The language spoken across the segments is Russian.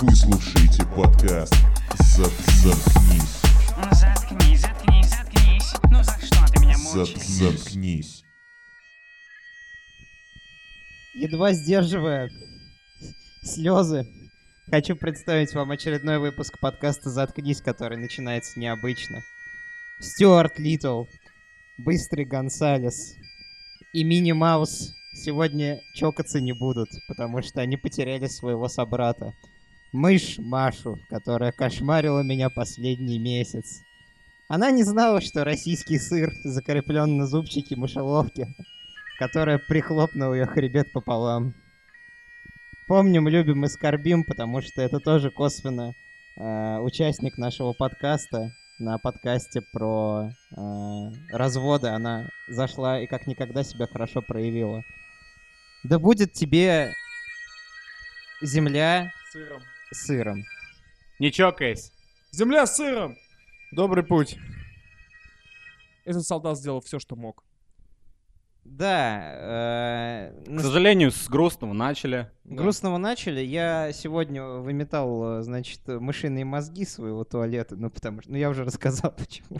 Вы слушаете подкаст «Зап- «Заткнись». Ну заткнись, заткнись, заткнись. Ну за что ты меня «Зап- мучаешь? «Заткнись». Едва сдерживая слезы, хочу представить вам очередной выпуск подкаста «Заткнись», который начинается необычно. Стюарт Литтл, Быстрый Гонсалес и Мини Маус сегодня чокаться не будут, потому что они потеряли своего собрата. Мышь Машу, которая кошмарила меня последний месяц. Она не знала, что российский сыр закреплен на зубчике мышеловки которая прихлопнула ее хребет пополам. Помним, любим и скорбим, потому что это тоже косвенно э, участник нашего подкаста. На подкасте про э, разводы она зашла и как никогда себя хорошо проявила. Да будет тебе земля сыром. сыром. Не чокаясь. Земля с сыром! Добрый путь. Этот солдат сделал все, что мог. Да, э, К на сожалению, с грустного начали. Грустного начали. Я сегодня выметал, э, значит, э, мышиные мозги своего туалета, ну потому что, ну я уже рассказал почему.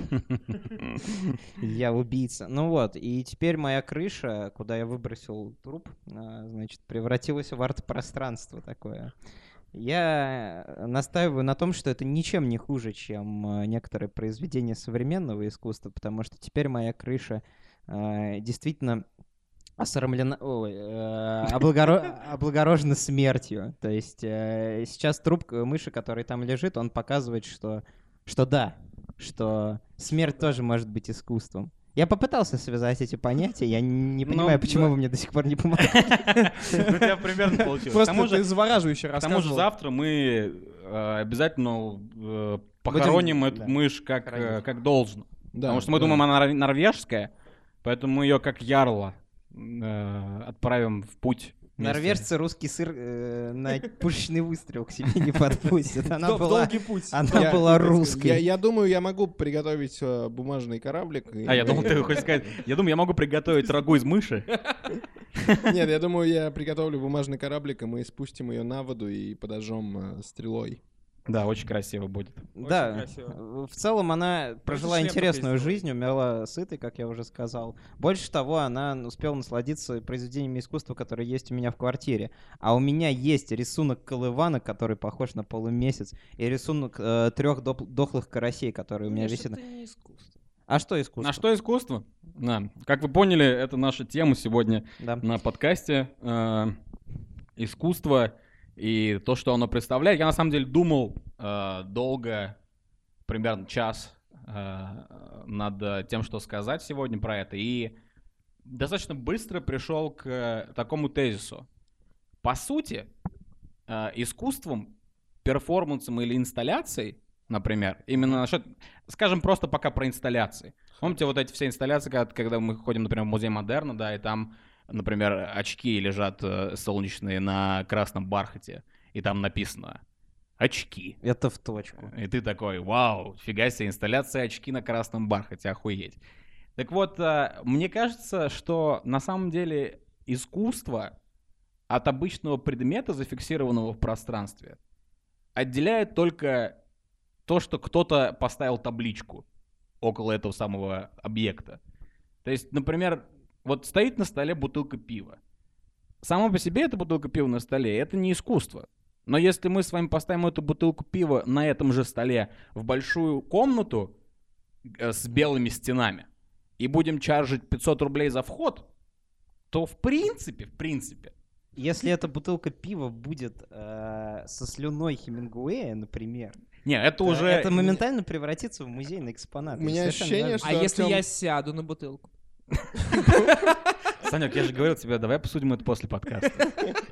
Я убийца. Ну вот, и теперь моя крыша, куда я выбросил труп, а, значит, превратилась в арт-пространство такое. Я э, настаиваю на том, что это ничем не хуже, чем э, некоторые произведения современного искусства, потому что теперь моя крыша э, действительно осрамлена, ой, э, облагоро- облагорожена смертью. То есть э, сейчас труп к- мыши, который там лежит, он показывает, что, что да, что смерть тоже может быть искусством. Я попытался связать эти понятия, я не Ну, понимаю, почему да. вы мне до сих пор не помогаете. Ну, у тебя примерно получилось. К Просто тому ты же- завораживающе к тому же рассказывал. завтра мы э, обязательно э, похороним Будем, эту да, мышь как э, хоронить. как должно. Да, Потому что мы да. думаем, она нор- норвежская, поэтому мы ее как ярло э, отправим в путь. вместе. Норвежцы русский сыр э, на пушечный выстрел к себе не подпустят. Она Дол- была, А Долгий путь. она Я- была Я, русской. я думаю, я могу приготовить э, бумажный кораблик. и- А я думал, ты хочешь сказать, я думаю, я могу приготовить рагу из мыши. Нет, я думаю, я приготовлю бумажный кораблик, и мы спустим ее на воду и подожжем э, стрелой. Да, очень красиво будет. Очень Да, красиво. в целом она прожила шлем интересную такой жизнь, умерла сытой, как я уже сказал. Больше того, она успела насладиться произведениями искусства, которые есть у меня в квартире. А у меня есть рисунок колывана, который похож на полумесяц, и рисунок трех дохлых карасей, которые у меня висят. на- А что искусство? На что искусство? Да. Как вы поняли, это наша тема сегодня. Да. на подкасте э, искусство и то, что оно представляет. Я на самом деле думал э, долго, примерно час, э, над э, тем, что сказать сегодня про это, и достаточно быстро пришел к э, такому тезису. По сути, э, искусством, перформансом или инсталляцией, например, именно насчет, скажем просто пока про инсталляции. Помните вот эти все инсталляции, когда, когда мы ходим, например, в музей модерна, да, и там например, очки лежат э, солнечные на красном бархате, и там написано «Очки». Это в точку. И ты такой, вау, фига себе, инсталляция очки на красном бархате, охуеть. Так вот, э, мне кажется, что на самом деле искусство от обычного предмета, зафиксированного в пространстве, отделяет только то, что кто-то поставил табличку около этого самого объекта. То есть, например, вот стоит на столе бутылка пива. Само по себе эта бутылка пива на столе, это не искусство. Но если мы с вами поставим эту бутылку пива на этом же столе в большую комнату э, с белыми стенами и будем чаржить 500 рублей за вход, то в принципе, в принципе, Если эта бутылка пива будет э, со слюной Хемингуэя, например, не, это то уже... это моментально превратится в музейный экспонат. У меня Совершенно ощущение, верно. что- А если Артём- я сяду на бутылку? Санек, я же говорил тебе, давай обсудим это после подкаста.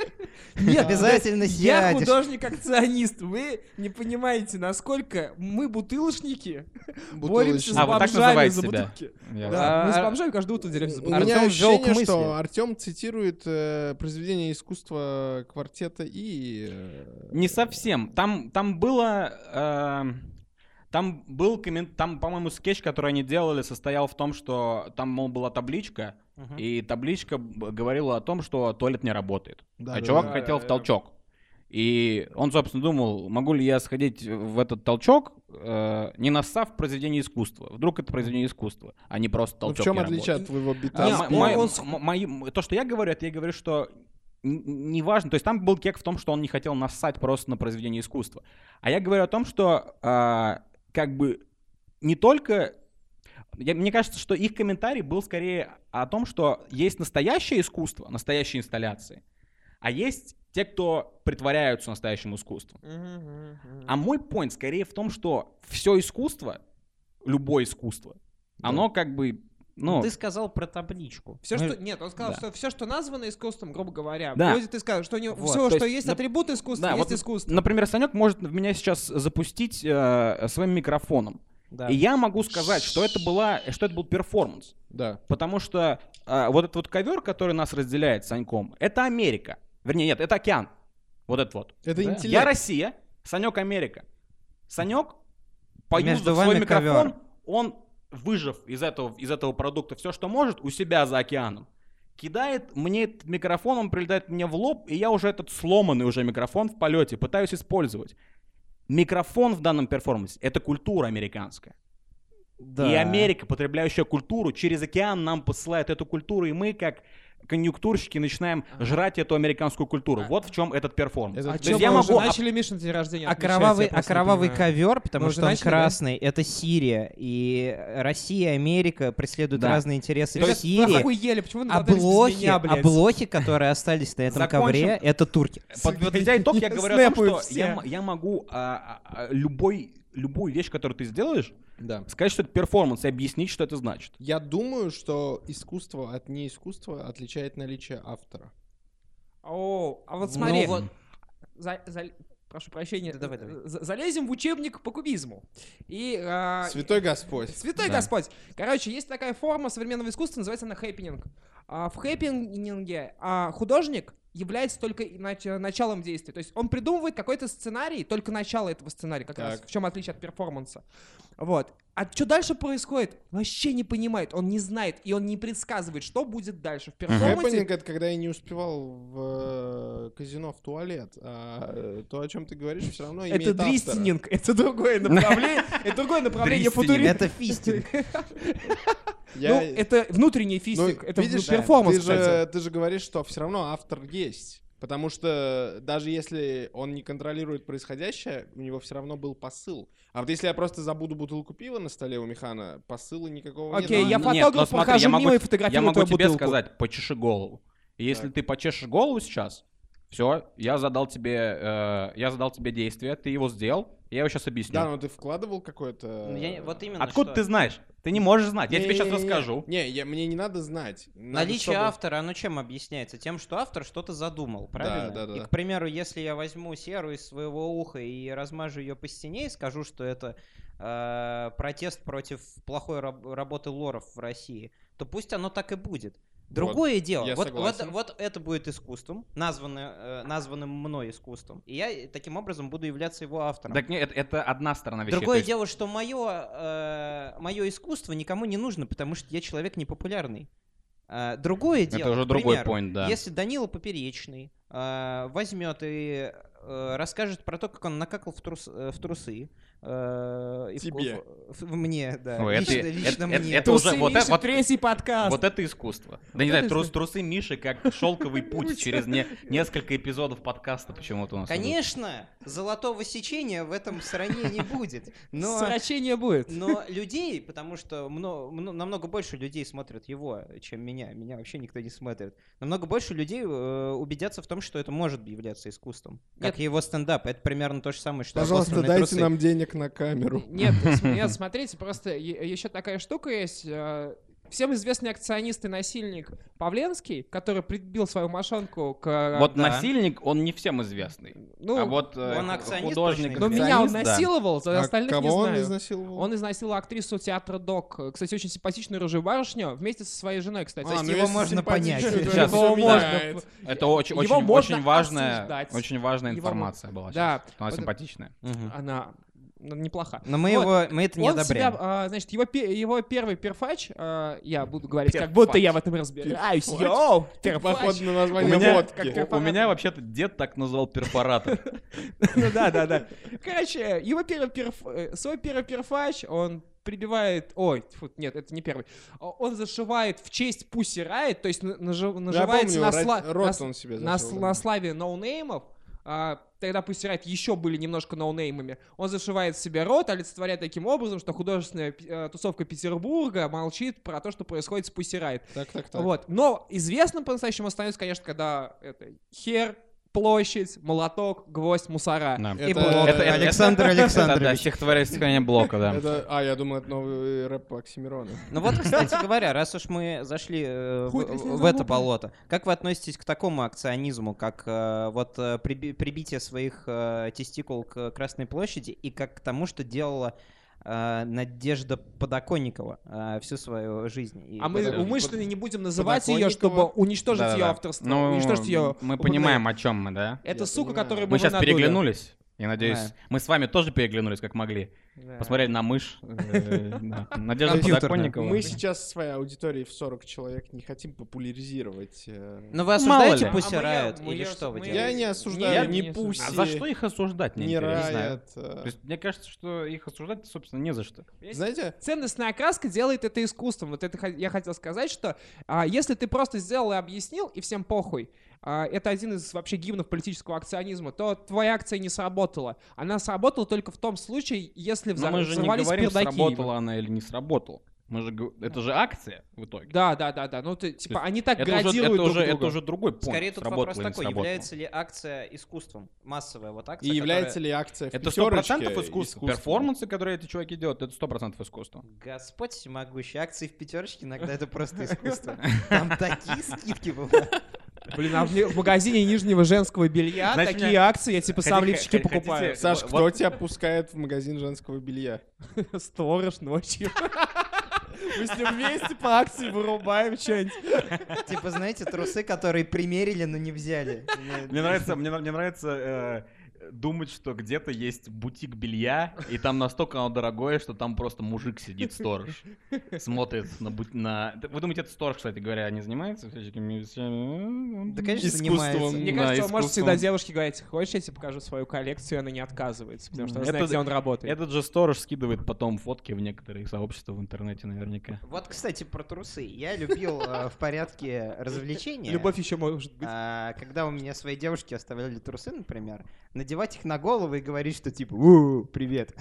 Нет, обязательно Я сядешь. художник-акционист. Вы не понимаете, насколько мы, бутылочники, боремся Бутылочник. с А, вот так бомжами называете за себя. бутылки. Я- Да, мы с А, бомжами каждое утро деремся за У бутылки. Артём меня ввёл к ощущение, мысли. что Артем цитирует э, произведение искусства квартета и... э, Не совсем. Там, там было... э, там был коммент... Там, по-моему, скетч, который они делали, состоял в том, что там, мол, была табличка, Мгм. и табличка б- говорила о том, что туалет не работает. да, а да, чувак да. хотел в толчок. И он, собственно, думал, могу ли я сходить в этот толчок, э, не нассав произведение искусства. Вдруг это произведение искусства, а не просто Ну, в толчок. чем не отличие работает. от твоего Не, бита? А, мо- спи- мое- он м- мои- м- то, что я говорю, это я говорю, что н- неважно. То есть там был кек в том, что он не хотел нассать просто на произведение искусства. А я говорю о том, что а, как бы не только... я- мне кажется, что их комментарий был скорее о том, что есть настоящее искусство, настоящие инсталляции, а есть те, кто притворяются настоящим искусством. А мой point скорее в том, что все искусство, любое искусство, оно как бы... Ну, Ты сказал про табличку. Все, Мы- что... Нет, он сказал, да. что все, что названо искусством, грубо говоря, Да. входит ты сказал, что у него Вот, все, то что есть, есть нап- атрибут искусства, Да, есть вот, искусство. Например, Санек может в меня сейчас запустить э, своим микрофоном. Да. И я могу сказать, что это, была, что это был перформанс. Да. Потому что э, вот этот вот ковер, который нас разделяет с Саньком, это Америка. Вернее, нет, это океан. Вот этот вот. Это Да. интеллект. Я Россия, Санек Америка. Санек, Между поюзав свой вами микрофон, ковер. он, выжив из этого, из этого продукта все, что может, у себя за океаном, кидает мне этот микрофон, он прилетает мне в лоб, и я уже этот сломанный уже микрофон в полете пытаюсь использовать. Микрофон в данном перформансе — это культура американская. Да. И Америка, потребляющая культуру, через океан нам посылает эту культуру, и мы, как конъюнктурщики, начинаем жрать эту американскую культуру. Вот в чем этот перформанс. Это А в чё чем чем я я могу могу... об- начали Мишин день рождения А отмечать, кровавый, я а просто не кровавый понимаю. ковер, потому Мы уже что он начали, да? красный, это Сирия. И Россия, Америка преследуют Да. разные интересы в Ребят, вы Сирии. охуели, почему вы А надрались без блохи, меня, а блядь? блохи, которые остались на этом Закончим. ковре, это турки. Под- Подведя итог, я говорю о Снэпают том, что все. я, м- я могу а, а, а, любой, любую вещь, которую ты сделаешь, Да. сказать, что это перформанс, и объяснить, что это значит. Я думаю, что искусство от неискусства отличает наличие автора. О, а вот смотри, Ну вот. за- за- прошу прощения, Да давай, давай. за- залезем в учебник по кубизму. И а, Святой Господь. Святой Да. Господь. Короче, есть такая форма современного искусства, называется она хэппининг. А, в хэппининге а, художник является только и нач- началом действия. То есть он придумывает какой-то сценарий, только начало этого сценария, как раз Так. в чем отличие от перформанса. Вот. А что дальше происходит? Вообще не понимает, он не знает, и он не предсказывает, что будет дальше. В перформансе Хэппининг — это когда я не успевал в э, казино в туалет. А э, то, о чем ты говоришь, все равно имеет это автора. дристининг, это другое направление, это другое направление Дристининг. футуризма. Это фистинг. Ну, Я- это внутренний Ну, фистинг, это видишь, ну, перформанс, ты кстати. же, ты же говоришь, что все равно автор есть. Потому что даже если он не контролирует происходящее, у него все равно был посыл. А вот если я просто забуду бутылку пива на столе у Михана, посыла никакого нет. ну, Окей, я Нет, но фотограф, смотри, прохожу я могу мимо и т- фотографирую Я могу твою тебе бутылку. сказать, почеши голову. И Если ты почешешь голову сейчас, все, я задал тебе, э, я задал тебе действие, ты его сделал, я его сейчас объясню. Да, но ты вкладывал какое-то... Ну, Вот именно. Откуда ты знаешь? Ты не можешь знать. Я тебе сейчас Не-не-не-не. расскажу. Не, я, мне не надо знать. Надо, Наличие чтобы- автора, оно чем объясняется? Тем, что автор что-то задумал, правильно? да, да, И, да. к примеру, если я возьму серу из своего уха и размажу ее по стене и скажу, что это э, протест против плохой раб- работы лоров в России, то пусть оно так и будет. Другое дело, я вот, вот, согласен. вот это будет искусством, названное, э, названным мной искусством, и я э, таким образом буду являться его автором. Так нет, это, это одна сторона вещей. Другое То есть дело, что мое, мое искусство никому не нужно, потому что я человек непопулярный. А, другое дело. Это уже к другой примеру, point, да. Если Данила Поперечный а, возьмет и э, расскажет про то, как он накакал в, трус- э, в трусы. э, и в- Тебе. в- в- мне, да. Ой, это- лично это- лично это- мне. это уже Трусы вот это- Миши, вот- третий А, подкаст. Вот это искусство. Да не знаю, трус- трусы Миши как шелковый путь через не- несколько эпизодов подкаста почему-то у нас. идут. Конечно, золотого сечения в этом сране не будет. ну, Но... Срачение будет. Но людей, потому что мно- мно- намного больше людей смотрят его, чем меня. Меня вообще никто не смотрит. Намного больше людей э, убедятся в том, что это может являться искусством. Как и его стендап. Это примерно то же самое, что Пожалуйста, «Обосранные дайте трусы». нам денег на камеру. Нет, см- нет, смотрите, просто еще такая штука есть. э, Всем известный акционист и насильник Павленский, который прибил свою машонку к... э, Вот да. насильник, он не всем известный. ну, а вот э, он акционист художник. точно ну, меня он акционист, да. насиловал, за А остальных кого не он знаю. изнасиловал? Он изнасиловал актрису театра Док. э, Кстати, очень симпатичную рыжую барышню вместе со своей женой, кстати. есть ну его если можно понять. симпатичный, то Сейчас. всё Его можно. меняет. Это очень, Его очень, можно очень важная, осуждать. очень важная Его информация была. Да. сейчас. Она Вот это- симпатичная. Мгм. Она ну, неплоха. Но мы Вот. его, мы это не Он себя, одобряем. а, значит, его, пе- его первый перфач, а, я буду говорить, как Перфач. будто я в этом разбираюсь. Перфач. Йоу, Типа, перфач. Походу на У название меня, водки. как- у- у меня вообще-то дед так называл перфоратор. Ну да, да, да. Короче, его первый перф- э, свой первый перфач, он прибивает... Ой, тьфу, нет, это не первый. О, Он зашивает в честь Пусси Райт, то есть на- нажи- Я наживается помню, на, ра- сла- на рот с- он себе на, зашил, с- да. на славе ноунеймов. а, тогда Пусси Райт еще были немножко ноунеймами. Он зашивает себе рот, олицетворяя таким образом, что художественная пи- э, тусовка Петербурга молчит про то, что происходит с Пусси Райт. Так, так, так. Вот. Но известным по-настоящему становится, конечно, когда это хер, площадь, молоток, гвоздь, мусора. Да. И Это- блок. это- Александр Да, Александрович. стихотворение блока, да. Это, а, я думаю, это новый рэп Оксимирона. Ну вот, кстати говоря, раз уж мы зашли э, в- Хуй трясти в за это лопы. болото, как вы относитесь к такому акционизму, как э, вот э, приби- прибитие своих э, тестикул к Красной площади и как к тому, что делала э, Надежда Подоконникова э, всю свою жизнь? И А мы Подожди, умышленно под- не будем называть ее, подоконникова. чтобы уничтожить ее Да-да-да. авторство, Ну, уничтожить ее. мы понимаем, о чем мы, да? Это Я сука, понимаю. которую Мы сейчас надули. переглянулись. Я надеюсь, Да. мы с вами тоже переглянулись, как могли. Да. Посмотрели на мышь. э, да. Надежда Компьютерная. Подоконникова. Мы сейчас своей аудиторией в 40 человек не хотим популяризировать. э, Ну вы Мало осуждаете ли. Пусси А мы- Riot мы- или мы- что вы мы- Я делаете? не осуждаю не ни осуждаю. Пусси, А за что их осуждать, мне ни интересно? Не знаю. Riot. э. То есть, мне кажется, что их осуждать, собственно, не за что. Знаете, Ценностная окраска делает это искусством. Вот это хо- я хотел сказать, что а, если ты просто сделал и объяснил, и всем похуй, а, это один из вообще гимнов политического акционизма, то твоя акция не сработала. Она сработала только в том случае, если Но взор- мы же не взорвались говорим, пердаки. сработала она или не сработала. Мы же, го- это же акция в итоге. Да, да, да, да. Ну, ты, типа, есть они так Это градируют уже, это, друг уже, это друга. уже другой пункт. Скорее тут сработала вопрос или не такой, сработала. является ли акция искусством? Массовая вот и акция, является ли акция в Это сто «Пятерочке» процентов искусство. искусством? Перформансы, которые эти чуваки делают, это сто процентов искусство. Господь всемогущий, акции в пятерочке иногда это просто искусство. Там такие скидки бывают. Блин, а в, ли- в магазине нижнего женского белья Знаете, такие меня- акции, я типа сам Хотите- лифчики хотите- покупаю. Саш, Вот- кто тебя пускает в магазин женского белья? Сторож ночью. Мы с ним вместе по акции вырубаем что-нибудь. Типа, знаете, трусы, которые примерили, но не взяли. Мне нравится, мне, мне нравится э, думать, что где-то есть бутик белья, и там настолько оно дорогое, что там просто мужик сидит, сторож, смотрит на... бу- на... Вы думаете, это сторож, кстати говоря, не занимается всяческими вещами? Да, конечно, Искусством. занимается. Мне Да, кажется, он может искусством. всегда девушке говорить, хочешь, я тебе покажу свою коллекцию, и она не отказывается, потому что она Это- знает, где он работает. Этот же сторож скидывает потом фотки в некоторые сообщества в интернете наверняка. Вот, кстати, про трусы. Я любил э, в порядке развлечения. Любовь еще может быть. а, когда у меня свои девушки оставляли трусы, например, надевать их на голову и говорить, что типа, «У, привет.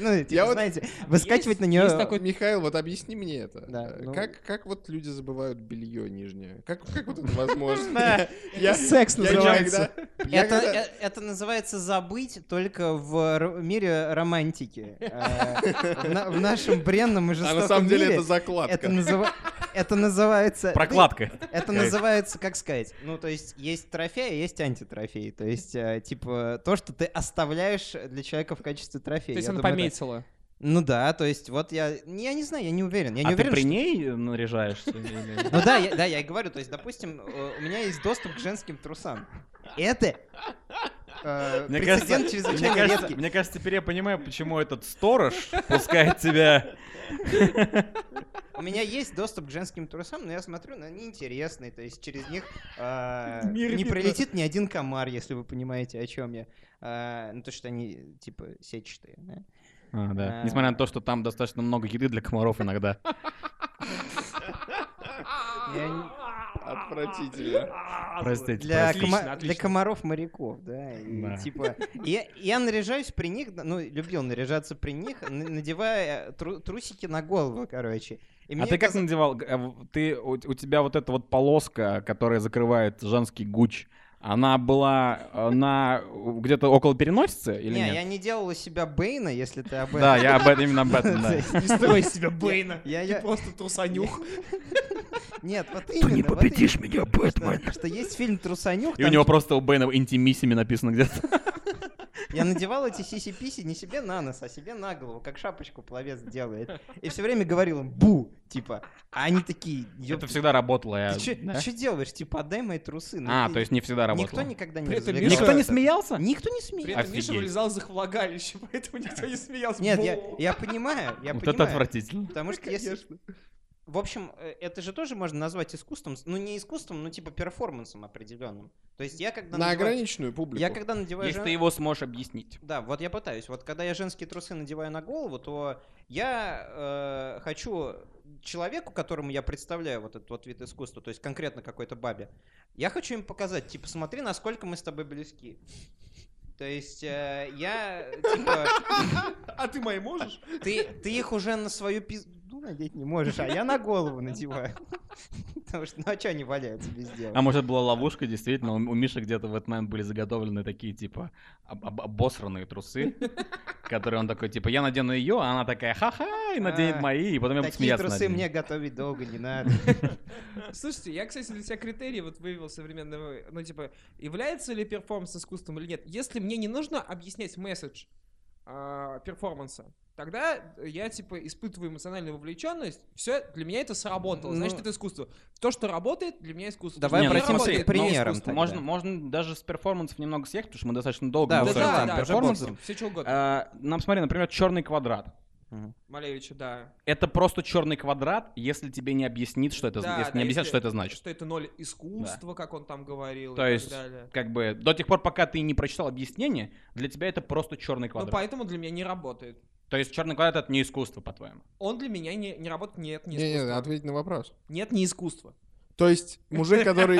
Ну, и, Я типа, вот- знаете, выскакивать на есть нее. такой- Михаил, вот объясни мне это. Да, Э, ну- Как, как вот люди забывают белье нижнее? Как, как вот это возможно? Да. Я- Секс я называется. когда- я Это, когда- э- это называется забыть только в ро- мире романтики. Э, на- В нашем бренном и А жестоком на самом деле мире это закладка. это называ- это называется... Да, Прокладка. Это Кайф. называется, как сказать, ну, то есть есть трофей, есть антитрофей. То есть, э, типа, то, что ты оставляешь для человека в качестве То трофея. есть Я она думаю, да. пометила. Ну да, то есть вот я... не- Я не знаю, я не уверен. Я не а уверен, ты при что- ней наряжаешься? или- Ну да, я, да, я и говорю, то есть, допустим, э, у меня есть доступ к женским трусам. Это э, Мне прецедент кажется, мне, чрезвычайно кажется, редкий. мне кажется, теперь я понимаю, почему этот сторож пускает тебя. У меня есть доступ к женским трусам, но я смотрю, но они интересные, то есть через них э, Мир не видно. пролетит ни один комар, если вы понимаете, о чем я. Э, ну, то, что они, типа, сетчатые. да. А, да. А. Несмотря на то, что там достаточно много еды для комаров иногда. Я не- Отвратительно. Простите. Для, простите. кома- отлично. для комаров-моряков, да. и, Да. Типа, я, я наряжаюсь при них, ну, любил наряжаться при них, н- надевая тру- трусики на голову, короче. И А мне ты как каза- надевал? Г- а в- Ты, у, у тебя вот эта вот полоска, которая закрывает женский гуч, она была э, на э, где-то около переносицы или Не, нет? я не делал у себя Бейна, если ты об этом. Да, я об этом именно об этом, да. Не строй себя, Бэйна. Типа. Я- Ты я- просто трусанюх. Нет, вот именно. Ты не победишь меня, Бэтмен. Что, есть фильм «Трусанюк», И у там него просто у Бэйна интимиссими написано где-то. Я надевал эти сиси-писи не себе на нос, а себе на голову, как шапочку пловец делает. И все время говорил им «бу», типа. А они такие, Это «Ёпта, всегда работало. я- ты что да? делаешь? Типа, отдай мои трусы. Ну, А, ты- то есть не всегда Никто работало. никогда не При этом развлекался. Никто не смеялся? Никто не смеялся. При этом Миша Офигеть. вылезал из их влагалища, поэтому никто не смеялся. Нет, я, Бу. я понимаю, я Вот это понимаю. отвратительно. Потому что если... В общем, э, это же тоже можно назвать искусством, ну не искусством, но типа перформансом определенным. То есть я когда На надеваю- ограниченную публику. я когда надеваю Если жен- ты его сможешь объяснить. Да, вот я пытаюсь. Вот когда я женские трусы надеваю на голову, то я э, хочу человеку, которому я представляю вот этот вот вид искусства, то есть конкретно какой-то бабе, я хочу им показать, типа, смотри, насколько мы с тобой близки. То есть э, я, типа, А ты мои можешь? ты, ты их уже на свою пизду надеть не можешь, а я на голову надеваю. Потому что, ну а что они валяются без дела? А может, это была ловушка, действительно, у у Миши где-то в этот момент были заготовлены такие, типа, об- об- обосранные трусы, которые он такой, типа, я надену ее, а она такая, ха-ха, и наденет А, мои, и потом я буду Такие смеяться над трусы ними. мне готовить долго не надо. Слушайте, я, кстати, для себя критерии вот выявил современного, ну, типа, является ли перформанс искусством или нет. Если мне не нужно объяснять месседж а, перформанса, тогда я, типа, испытываю эмоциональную вовлеченность, все, для меня это сработало, значит, Ну. это искусство. То, что работает, для меня искусство. Давай Не, Не, ну, ну, обратимся смотри, к но работает. примерам искусство- тогда. Можно, можно даже с перформансов немного съехать, потому что мы достаточно долго Да, Да, вот мусорим да, там, да, с перформансы. перформансом. перформанс, все что угодно. А, Нам, смотри, например, черный квадрат. Малевича, да. Это просто черный квадрат, если тебе не объяснит, что это, Да, если да, не объяснят, если- что это значит. Что это ноль искусства, как он там говорил, То и есть, так далее. Ну, как бы, до тех пор, пока ты не прочитал объяснение, для тебя это просто черный Ну, квадрат. поэтому для меня не работает. То есть черный квадрат это не искусство, по-твоему. Он для меня не, не работает, нет, не Не, не, искусство. ответь на вопрос. Нет, не искусство. То есть мужик, который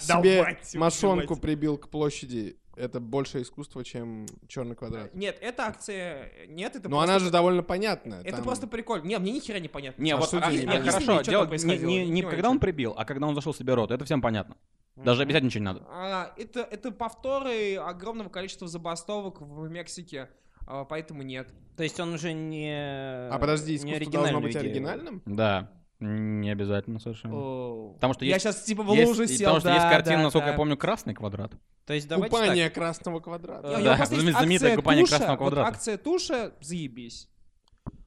себе Давайте, мошонку убивайте. прибил к площади, это больше искусство, чем черный квадрат. Нет, это акция... Нет, это Но просто... она же довольно понятна. Это там- Э, просто прикольно. Не, мне ни хера не понятно. Не, А вот что а, делать? не, Объясни хорошо, мне, что дело там не, происходило, не- я не не понимаю, когда он чё. прибил, а когда он зашел себе рот. Это всем понятно. Даже объяснять ничего не надо. А, это, это повторы огромного количества забастовок в Мексике, а, поэтому нет. То есть он уже не... А подожди, искусство должно быть оригинальным? Да, не обязательно совершенно. Потому что Я есть, сейчас типа в есть- луже и сел, потому что есть да, картина, да, насколько да. я помню, красный квадрат. То Ну, есть давайте так. Купание красного квадрата. Я- Да, я просто есть знаменитое акция купание туша, красного вот квадрата. акция туша, заебись.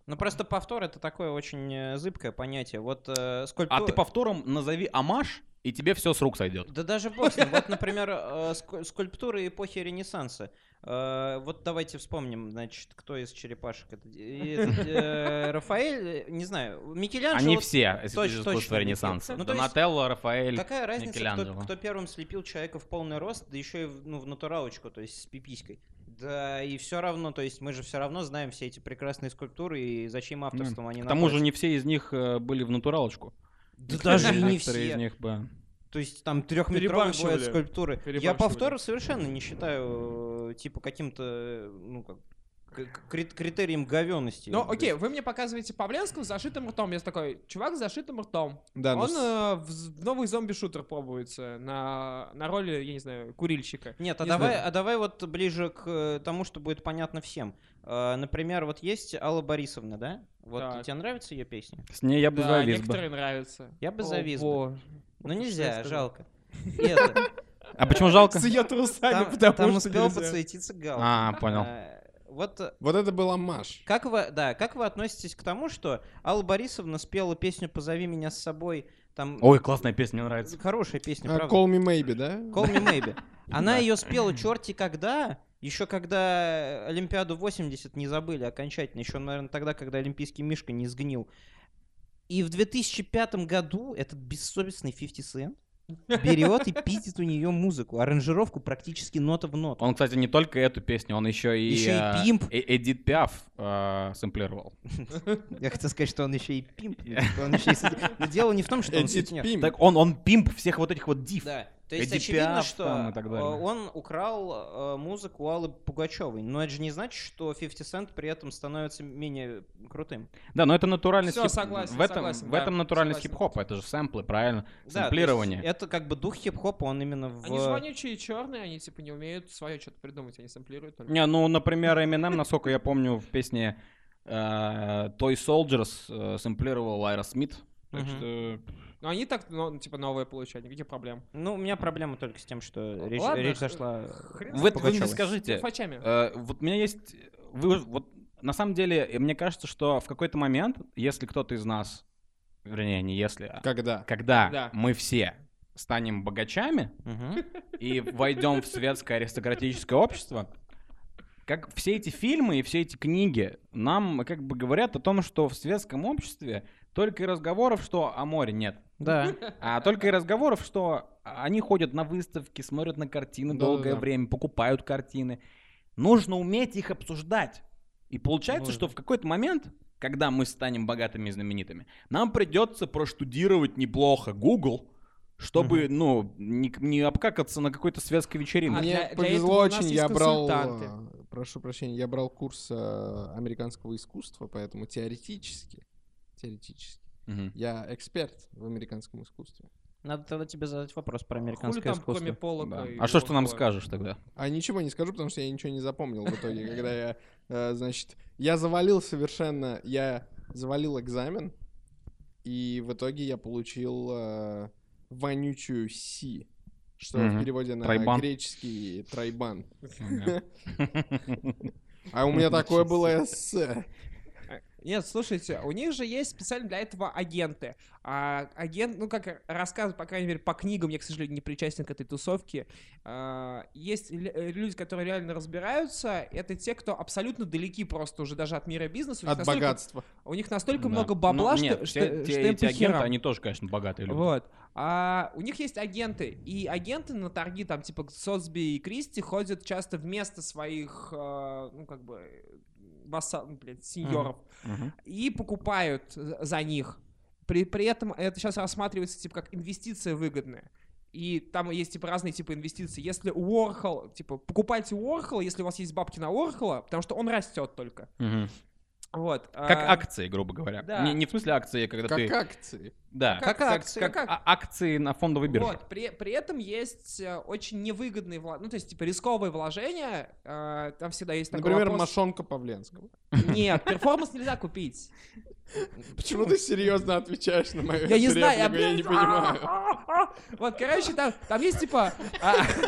Ну просто повтор это такое очень э, зыбкое понятие. Вот э, скульптура... А ты повтором назови Амаш, и тебе все с рук сойдет. Да даже бог с ним. Вот, например, э, ску- скульптуры эпохи Ренессанса. Э, Вот давайте вспомним, значит, кто из черепашек. это де- и этот, э, Рафаэль, э, не знаю, Микеланджело. Они все из точно- точно искусства не Ренессанса. пьют. Ну, то есть- Донателло, Рафаэль. Какая разница, кто, Микеланджело. кто первым слепил человека в полный рост, да еще и в- ну, в натуралочку, то есть с пиписькой. Да, и все равно, то есть мы же все равно знаем все эти прекрасные скультуры и за чьим авторством они К тому же находятся. не все из них э, были в натуралочку. Да даже и не Некоторые из все. них, да. То есть там трехметровые бывают Перебарщивали. скульптуры. Я Перебарщивали. повторы совершенно не считаю э, типа каким-то ну как к- крит- критерием говенности. Ну, окей, вы мне показываете Павленского с зашитым ртом. Я такой, чувак с зашитым ртом. Да, ну Он с- э, в з- в новый зомби-шутер пробуется на, на роли, я не знаю, курильщика. Нет, а Не давай, знаю. а давай вот ближе к э, тому, что будет понятно всем. Э, Например, вот есть Алла Борисовна, да? Вот Так. тебе нравятся ее песни? С ней я бы Да, завис бы. некоторые нравятся. Я бы О, завис бы. боже. Ну нельзя, сказал? жалко. И это, А почему жалко? С ее трусами, Там потому там что успел нельзя. подсветиться Гал. А, понял. Вот э, Вот это был Амаш. Как вы, да, как вы относитесь к тому, что Алла Борисовна спела песню «Позови меня с собой», там Ой, классная песня, мне нравится. хорошая песня, А, правда. Call me maybe, да? Call Me Maybe. Она Да. ее спела черти когда, еще когда Олимпиаду 80 не забыли окончательно, еще, наверное, тогда, когда Олимпийский мишка не сгнил. И в 2005 году этот бессовестный 50 Cent берет и пиздит у нее музыку, аранжировку практически нота в ноту. Он, кстати, не только эту песню, он еще и... Еще и э, «Пимп». э, Эдит Пиаф э, сэмплировал. Я хотел сказать, что он еще и пимп, он еще и сутенер. Но дело не в том, что он Э, Эдит сутенер. Пим. Так он, он пимп всех вот этих вот див. Да. То есть Эдди очевидно, Пиаф что там и так э, далее. он украл э, музыку Аллы Пугачевой. Но это же не значит, что 50 Cent при этом становится менее крутым. Да, но это натуральность Всё, хип- согласен, в этом, согласен, в да, этом натуральность согласен. хип-хопа, это же сэмплы, правильно? Да, то Сэмплирование. есть это как бы дух хип-хопа, он именно в... Они же вонючие черные, они типа не умеют свое что-то придумать, они сэмплируют только. Не, ну, например, Eminem, насколько а, я помню, в песне э, Toy Soldiers э, сэмплировал Айра Смит. Мгм. Так что... Ну, они так, ну, типа, новые получают, никаких проблем. Ну, у меня проблема только с тем, что речь, Ладно, речь что- зашла... хрен с Вы, вы мне Пугачёвой. скажите, Ну, Фачами. Э, вот у меня есть... Вы, вот, на самом деле, э, мне кажется, что в какой-то момент, если кто-то из нас, вернее, не если, а Когда? когда Да. мы все станем богачами Мгм. и войдем в светское аристократическое общество, как все эти фильмы и все эти книги нам как бы говорят о том, что в светском обществе только и разговоров, что о море нет. Да. А только и разговоров, что они ходят на выставки, смотрят на картины Да-да-да. долгое время, покупают картины. Нужно уметь их обсуждать. И получается, Ну что в какой-то момент, когда мы станем богатыми и знаменитыми, нам придется проштудировать неплохо Google, чтобы, ну, не, не обкакаться на какой-то светской вечеринке. А Мне для- для этого повезло у нас очень, есть я брал, консультанты. э, прошу прощения, я брал курс э, американского искусства, поэтому теоретически, теоретически, Мгм. я эксперт в американском искусстве. Надо тогда тебе задать вопрос про Хули американское там Коми искусство. Полока Да. и А что ж ты нам Лобкова? скажешь тогда? А ничего не скажу, потому что я ничего не запомнил в итоге, когда я, э, значит, я завалил совершенно, я завалил экзамен, и в итоге я получил э, вонючую Си, что в Мгм. переводе на Тройбан. греческий тройбан. Ага. А у меня Вонючая такое было эссе. а Нет, слушайте, у них же есть специально для этого агенты. А, агент, ну как рассказывают, по крайней мере, по книгам, я, к сожалению, не причастен к этой тусовке. а, есть ле- э, люди, которые реально разбираются. Это те, кто абсолютно далеки просто уже даже от мира бизнеса. У них От настолько- богатства. У них настолько Да. много бабла, Ну, что, нет, что- те- что те- им эти агенты, похерам. они тоже, конечно, богатые люди. Вот. А у них есть агенты, и агенты на торги, там, типа, Сотсби и Кристи ходят часто вместо своих, э, ну, как бы, васса- ну, блядь, сеньоров, Мгм. и покупают за за них. При, при этом это сейчас рассматривается, типа, как инвестиция выгодная. И там есть, типа, разные типы инвестиций. Если Уорхол, типа, покупайте Уорхола, если у вас есть бабки на Уорхола, потому что он растет только. Мгм. Вот. Как а, акции, грубо говоря. да. Не, не в смысле акции, когда Как ты... акции. Да, Как акции, акции, а, как- акции на фондовой бирже. Вот, при, при этом есть э, очень невыгодные, вла- ну, то есть, типа, рисковые вложения, э, там всегда есть такой Например, вопрос- Машонка Павленского. Нет, перформанс нельзя купить. Почему ты серьезно отвечаешь на мою Я не эту знаю, я, реплику? я не блядь, понимаю. а-а-а. Вот, короче, там, там есть, типа,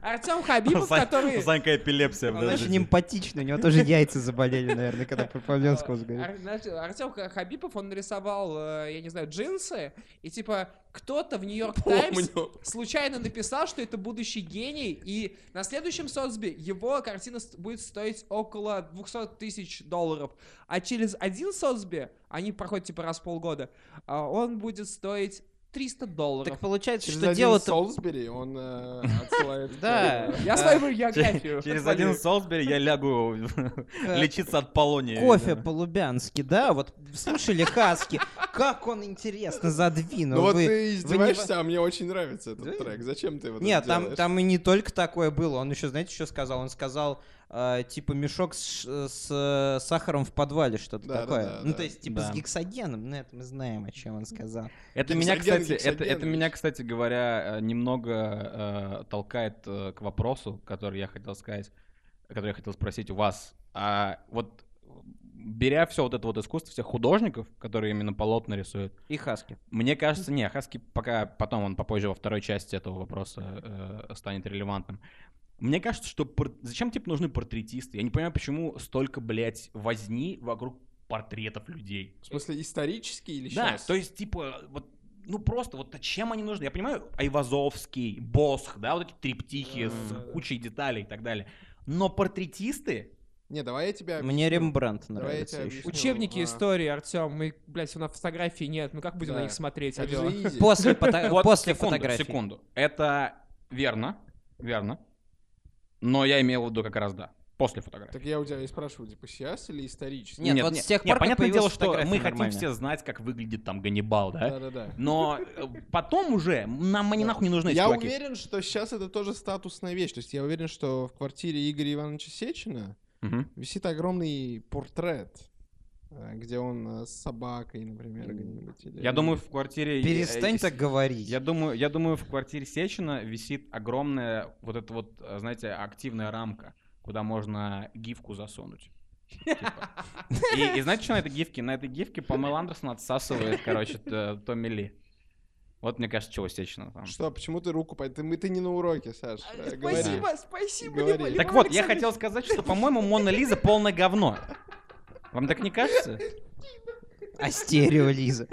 Артем Хабибов, который... э, Занька эпилепсия. Он очень эмпатичный, у него тоже яйца заболели, наверное, когда про Павленского заговорили. Артем Хабипов, он нарисовал, э, я не знаю, джинсы, и типа кто-то в Нью-Йорк Таймс Помню. случайно написал, что это будущий гений, и на следующем Сотсби его картина ст- будет стоить около 200 тысяч долларов, а через один Сотсби, они проходят типа раз в полгода, а он будет стоить 300 долларов. Так получается, Через что один дело-то... Солсбери он э, отсылает... Да. к- Я свою географию. один Солсбери я лягу э, лечиться от полония. Кофе по-лубянски, да? Вот слушали Хаски, как он интересно задвинул. Ну вот Вы- ты не издеваешься, а мне очень нравится этот Да? трек. Зачем ты вот Нет, это там, делаешь? там и не только такое было. Он еще, знаете, что сказал? Он сказал, э, типа, мешок с, ш- с, э, сахаром в подвале, что-то Да, да, такое. да, ну, да. то есть, типа, Да. с гексогеном. Ну, это мы знаем, о чем он сказал. Это меня, Гексоген, кстати, это, гексоген, это меня, видишь. кстати говоря, э, немного э, толкает э, к вопросу, который я хотел сказать, который я хотел спросить у вас. А вот беря все вот это вот искусство всех художников, которые именно полотна рисуют, И Хаски. Мне кажется, не, Хаски пока потом, он попозже во второй части этого вопроса э, станет релевантным. Мне кажется, что пор- зачем типа нужны портретисты? Я не понимаю, почему столько, блядь, возни вокруг портретов людей. В смысле, исторический или Да, сейчас? то есть, типа, вот, ну просто, вот зачем они нужны? Я понимаю, Айвазовский, Босх, да, вот эти триптихи с кучей деталей и так далее. Но портретисты, Не, давай я тебя Мне Рембрандт Давай я нравится тебе еще. объясню. Учебники А. истории, Артем. Мы, блядь, у нас фотографии нет. Ну как будем Да. на них смотреть? Это алло? же изи. После, фото- Вот, после секунду, фотографии. Секунду. ну, Это верно, верно. Но я имел в виду как раз да. После фотографии. Так я у тебя и спрашиваю, типа, сейчас или исторически? Нет, вот с тех пор, как понятное дело, появилась что фотография мы хотим нормальная. все знать, как выглядит там Ганнибал, а? да? Да-да-да. Но э, потом уже нам они Да. нахуй не Ну, нужны, эти Я чуваки. уверен, что сейчас это тоже статусная вещь. То есть я уверен, что в квартире Игоря Ивановича Сечина Мгм. висит огромный портрет, э, где он э, с собакой, например, где-нибудь. или- Э, Я думаю, в квартире... Перестань э, так говорить. Я думаю, я думаю, в квартире Сечина висит огромная вот эта вот, э, знаете, активная рамка, куда можно гифку засунуть. Типа. И, и знаете, что на этой гифке? На этой гифке Памел Андерсон отсасывает, короче, т- Томми Ли. Вот, мне кажется, чего сечено там. Что, почему ты руку... под- Ты, мы, ты не на уроке, Саш. А, Э, говори. Спасибо, спасибо, Говори. Лев- Так Лев вот, я Александрович. хотел сказать, что, по-моему, Мона Лиза полное говно. Вам так не кажется? А стерео Лиза.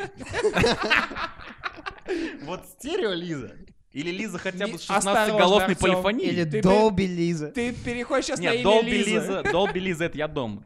Вот стерео Лиза. Или Лиза хотя бы с Осторожно, 16-голосной Артём. полифонией. Или Ты Долби Лиза. Ты переходишь сейчас на Нет, имя Долби Лиза. Лиза, Долби Лиза, это я дома.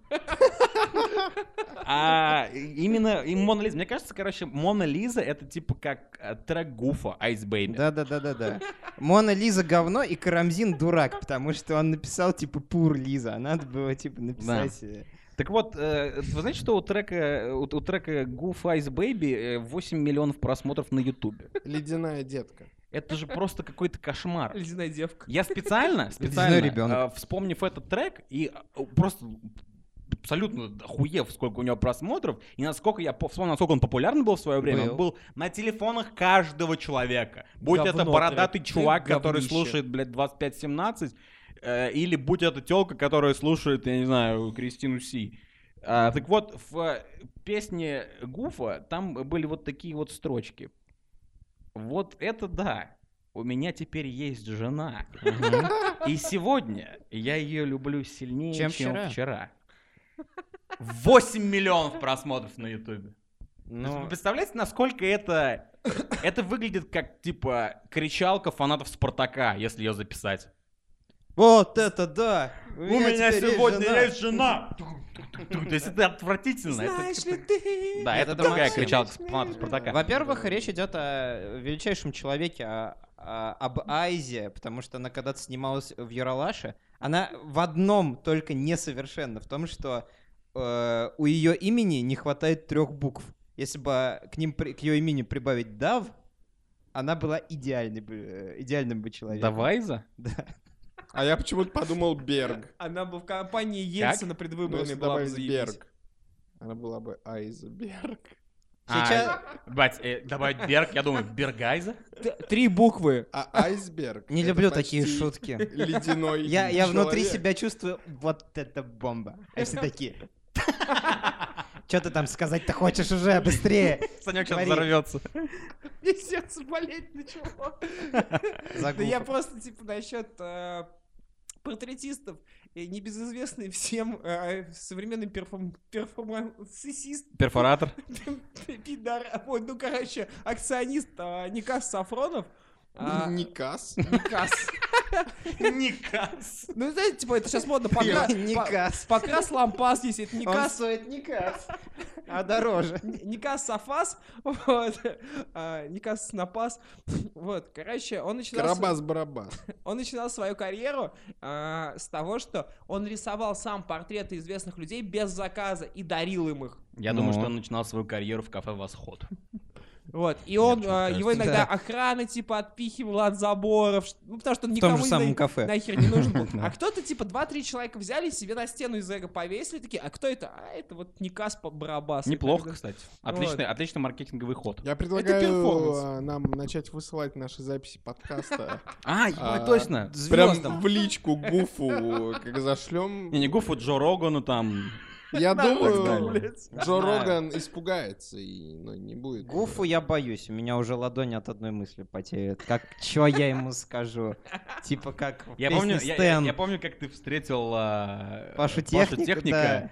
А именно и Мона Лиза. Мне кажется, короче, Мона Лиза это типа как э, трек Гуфа, Ice Baby. Да-да-да-да-да. Мона Лиза говно и Карамзин дурак, потому что он написал типа пур Лиза, а надо было типа написать... э, Так вот, э, вы знаете, что у трека, у, у трека Гуфа Ice Baby э, 8 миллионов просмотров на Ютубе? Ледяная детка. Это же просто какой-то кошмар. Ледяная девка. Я специально, специально, Ледяной ребенок. э, вспомнив этот трек и э, просто абсолютно охуев, сколько у него просмотров, и насколько я по- вспомнил, насколько он популярный был в свое время, Был. он был на телефонах каждого человека. Будь это Говно бородатый трек. Ты чувак, который говнище. слушает, блядь, 25-17, э, или будь это телка, которая слушает, я не знаю, Кристину Си. А, так вот, в э, песне Гуфа там были вот такие вот строчки. Вот это да. У меня теперь есть жена. И сегодня я ее люблю сильнее, чем, Чем вчера. вчера. 8 миллионов просмотров на Ютубе. То есть Ну, Вы представляете, насколько это... Это выглядит как, типа, кричалка фанатов Спартака, если ее записать. вот это да! У теперь жена. жена! То есть это отвратительно. это Знаешь типа- ли ты? Да, это Это другая Максим. кричалка фанатов Спартака. Во-первых, речь идет о э, величайшем человеке, о- о- об Айзе, потому что она когда-то снималась в Яралаше. Она в одном только несовершенна, в том, что э, у ее имени не хватает трех букв. Если бы к, ним, при- к ее имени прибавить Дав, она была идеальной, бы, э, идеальным бы человеком. Давай за. Да. А я почему-то подумал Берг. Она бы в компании Как? Ельцина Ну, предвыборной если была бы добавить заебись. Берг. Она была бы Айзберг. Сейчас- Бать, э, добавить Берг, я думаю, Бергайза? Т- Три буквы. А айсберг... Не это люблю такие почти шутки. Ледяной Я, я внутри человек. себя чувствую, вот это бомба. А все такие. Что ты там сказать-то хочешь уже? Быстрее! Санек сейчас Говори. взорвется. Мне сердце болеть начало. За Да я глупо. просто, типа, насчет э, портретистов, э, небезызвестный всем э, современный перформ- перформансист, Перфоратор. пидар, ой, ну, короче, акционист э, Никас Сафронов. Ну, а, Никас. Никас. Никас. Ну, знаете, типа, это сейчас модно. покра- по- Никас. Покрас лампас есть, это Он Никас. стоит Никас. А дороже. Н- Никас Сафас, вот, а, Никас Снапас, вот, короче, он начинал, с- Карабас-барабас. он начинал свою карьеру а, с того, что он рисовал сам портреты известных людей без заказа и дарил им их, Я думаю, что он начинал свою карьеру в кафе «Восход». вот, и он, чё, а, кажется. его иногда Да. охрана, типа, отпихивала от заборов, ш- ну, потому что он В никому том же не самом на- кафе. нахер не нужен был. А кто-то, типа, два-три человека взяли, себе на стену из эго повесили, такие, а кто это? А это вот Никас Па- Барабас. Неплохо, кстати. Отличный, отличный маркетинговый ход. Я перформанс. предлагаю а, нам начать высылать наши записи подкаста. А, А, ебать, точно. Прям в личку Гуфу, как зашлем. Не, не Гуфу, Джо Рогану там. Я тогда, думаю, блядь. Джо Знаю. Роган испугается и ну, не будет. Гуфу я боюсь, у меня уже ладони от одной мысли потеют. Как, чё я ему скажу? Типа как в Я песне помню, я, я- Стэн. я помню, как ты встретил а, Пашу Техника,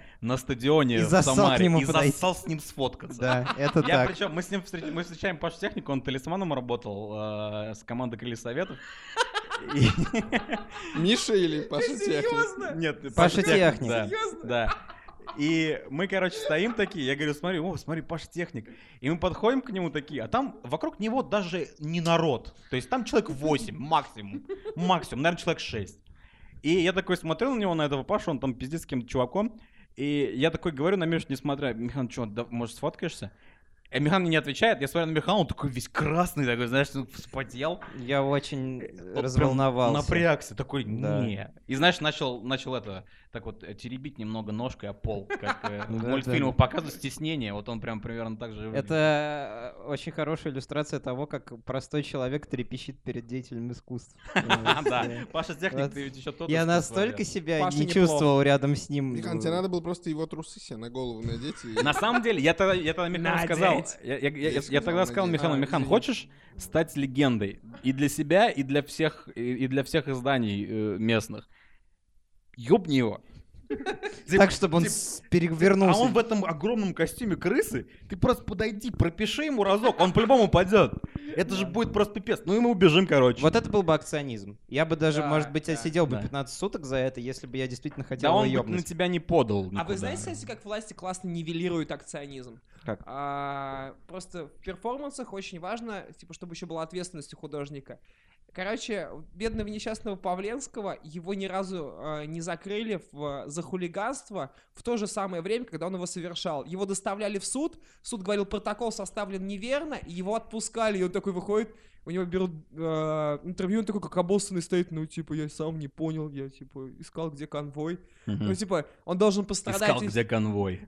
да. на стадионе И в зассал к Самаре нему и подойти. зассал с ним сфоткаться. Да, это Я так. причем, мы с ним встреч- мы встречаем Пашу Технику, он талисманом работал э, с командой Крылья Советов. И- Миша или Паша Техник? Серьезно? Нет, Паша Техник, Техник. да. Серьезно? Да. И мы, короче, стоим такие, я говорю, смотри, о, смотри, Паш техник. И мы подходим к нему такие, а там вокруг него даже не народ. То есть там человек 8 максимум, максимум, наверное, человек 6. И я такой смотрю на него, на этого Пашу, он там пиздец с каким-то чуваком. И я такой говорю на Мишу, не смотря, Михан, что, может, сфоткаешься? А Михан мне не отвечает, я смотрю на Михана, он такой весь красный, такой, знаешь, он вспотел. Я очень э, Вот прям разволновался. Напрягся, такой, Да. не. И знаешь, начал, начал это, так вот, э, теребить немного ножкой о пол, как э, в Ну Да, мультфильмах показывают стеснение, вот он прям примерно так же и выглядит. Это э, очень хорошая иллюстрация того, как простой человек трепещет перед деятелем искусств. А, Да, Э, Паша Техник, Вот ты ведь еще тот Я искусство, настолько я. себя Паша не неплох. чувствовал рядом с ним. Михан, тебе надо было просто его трусы себе на голову надеть. и- На самом деле, я тогда, я тогда Михаилу сказал, Надеть. я, я- я- Я я сказал, тогда сказал надеть. Михаилу, А, Михан, извини. хочешь стать легендой и для себя, и для всех, и, и для всех изданий э, местных? Ёбни его. Так, чтобы он Тип- с- перевернулся. А он в этом огромном костюме крысы. Ты просто подойди, пропиши ему разок, он по-любому падет. Это же будет просто пипец. Ну и мы убежим, короче. Вот это был бы акционизм. Я бы даже, Да, может быть, да. отсидел бы Да. 15 суток за это, если бы я действительно хотел да он его бы на ёбнуть. тебя не подал. А вы никуда. знаете, кстати, как власти классно нивелируют акционизм? Как? А, просто в перформансах очень важно, типа, чтобы еще была ответственность у художника. Короче, бедного несчастного Павленского его ни разу э, не закрыли в, за хулиганство в то же самое время, когда он его совершал. Его доставляли в суд, суд говорил, протокол составлен неверно, и его отпускали, и он такой выходит, у него берут э, интервью, он такой как обоссанный стоит, ну, типа, я сам не понял, я, типа, искал, где конвой. Ну, Мгм. типа, он должен пострадать. Искал, из- где конвой.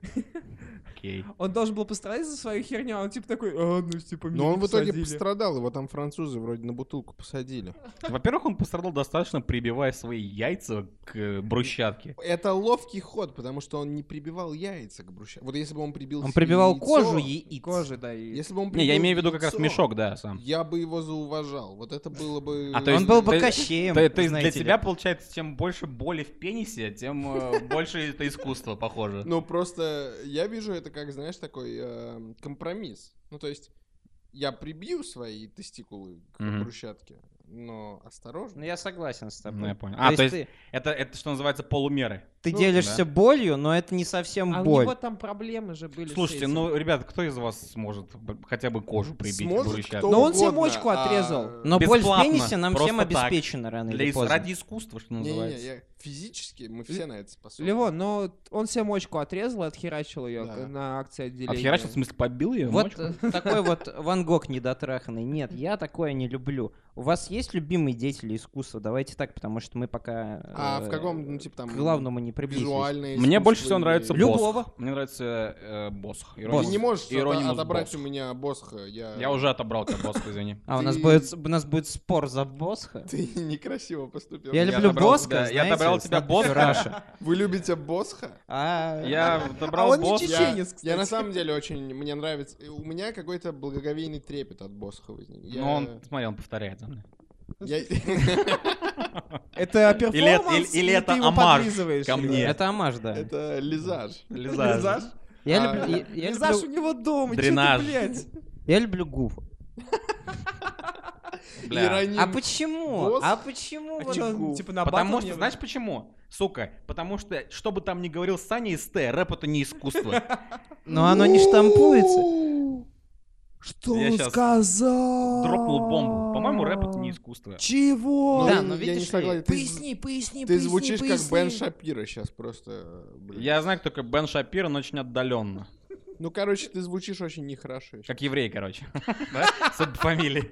Окей. Он должен был пострадать за свою херню, а он типа такой, а, ну, типа, меня Но он не в итоге посадили». пострадал, его там французы вроде на бутылку посадили. Во-первых, он пострадал достаточно, прибивая свои яйца к э, брусчатке. Это ловкий ход, потому что он не прибивал яйца к брусчатке. Вот если бы он прибил Он себе прибивал яйцо, кожу яиц. Кожи, да, и... Если бы он Не, я прибил имею в виду как раз яйцо, мешок, да, сам. Я бы его зауважал. Вот это было бы... ну, А, то Он есть- был бы ты- кощеем, То, то есть для знаете ли. тебя, получается, чем больше боли в пенисе, тем э, больше это искусство, похоже. Ну, просто я вижу это как, знаешь, такой э, компромисс. Ну, то есть я прибью свои тестикулы к Мгм. брусчатке, но осторожно. Ну, я согласен с тобой. Ну, я понял. То А, есть то есть- ты- Это, это что называется полумеры. ты Ну, делишься болью, но это не совсем А у боль. него там проблемы же были. с Слушайте, этим. ну, ребят, кто из вас сможет б- хотя бы кожу прибить? к Сможет брусчатке? кто Но он себе угодно, мочку а- отрезал. Но боль в бесплатно, пенисе нам всем просто так. обеспечена рано Для или ис- поздно. Ради искусства, что Не-не-не, называется. А я- физически мы все на это способны. Левон, но ну он себе мочку отрезал и отхерачил ее Да. на акции отделения. Отхерачил, в смысле, побил ее? Вот э, такой вот Ван Гог недотраханный. Нет, я такое не люблю. У вас есть любимые деятели искусства? Давайте так, потому что мы пока... А э, в каком, ну, типа там... К главному не приблизились. Визуальное Мне больше искусство всего или- нравится Любого. Босх. Мне нравится э, Босх. Ты не Иронимус- можешь ото- Иронимус отобрать Босх. у меня босха. Я, Я уже отобрал тебя, Босх, извини. А, у нас, Ты- будет, с- у нас будет спор за Босха. Ты некрасиво поступил. Я люблю отобрал Босха, тебя- Я знаете, отобрал с тебя надписью Босха. Вы любите босха? А, Я отобрал он не Босха. чечен. Чеченец, я, кстати. на самом деле очень... Мне нравится... э, У меня какой-то благоговейный трепет от босха возник. Я- Но Ну, он, смотри, он повторяет за мной. я- Это Или это- перформанс, или- или ты это его омаж подлизываешь, ко или- мне. Это Амаш, да. Это лизаж. Лизаж. Я А, люблю- я- я Лизаж у люблю- него дома, чё ты, Дренаж. блядь? я люблю Гуфа. Бля. Ироним- А почему? Босх? А почему? вот Вот он- он, типа, на Потому батл что, мне- знаешь почему? Сука, потому что, что бы там ни говорил Саня из Т, рэп это не искусство. Но оно не штампуется. Что Я он щас сказал? Дропнул бомбу. По-моему, рэп это не искусство. Чего? Ну, Да, я- но я не видишь ли, согласен. Ты- Поясни, поясни, Ты поясни, звучишь как поясни. Бен Шапира сейчас просто. блин. Я знаю, кто такой Бен Шапир, но очень отдаленно. Ну, короче, ты звучишь очень нехорошо. щас. Как еврей, короче. Да? С фамилией.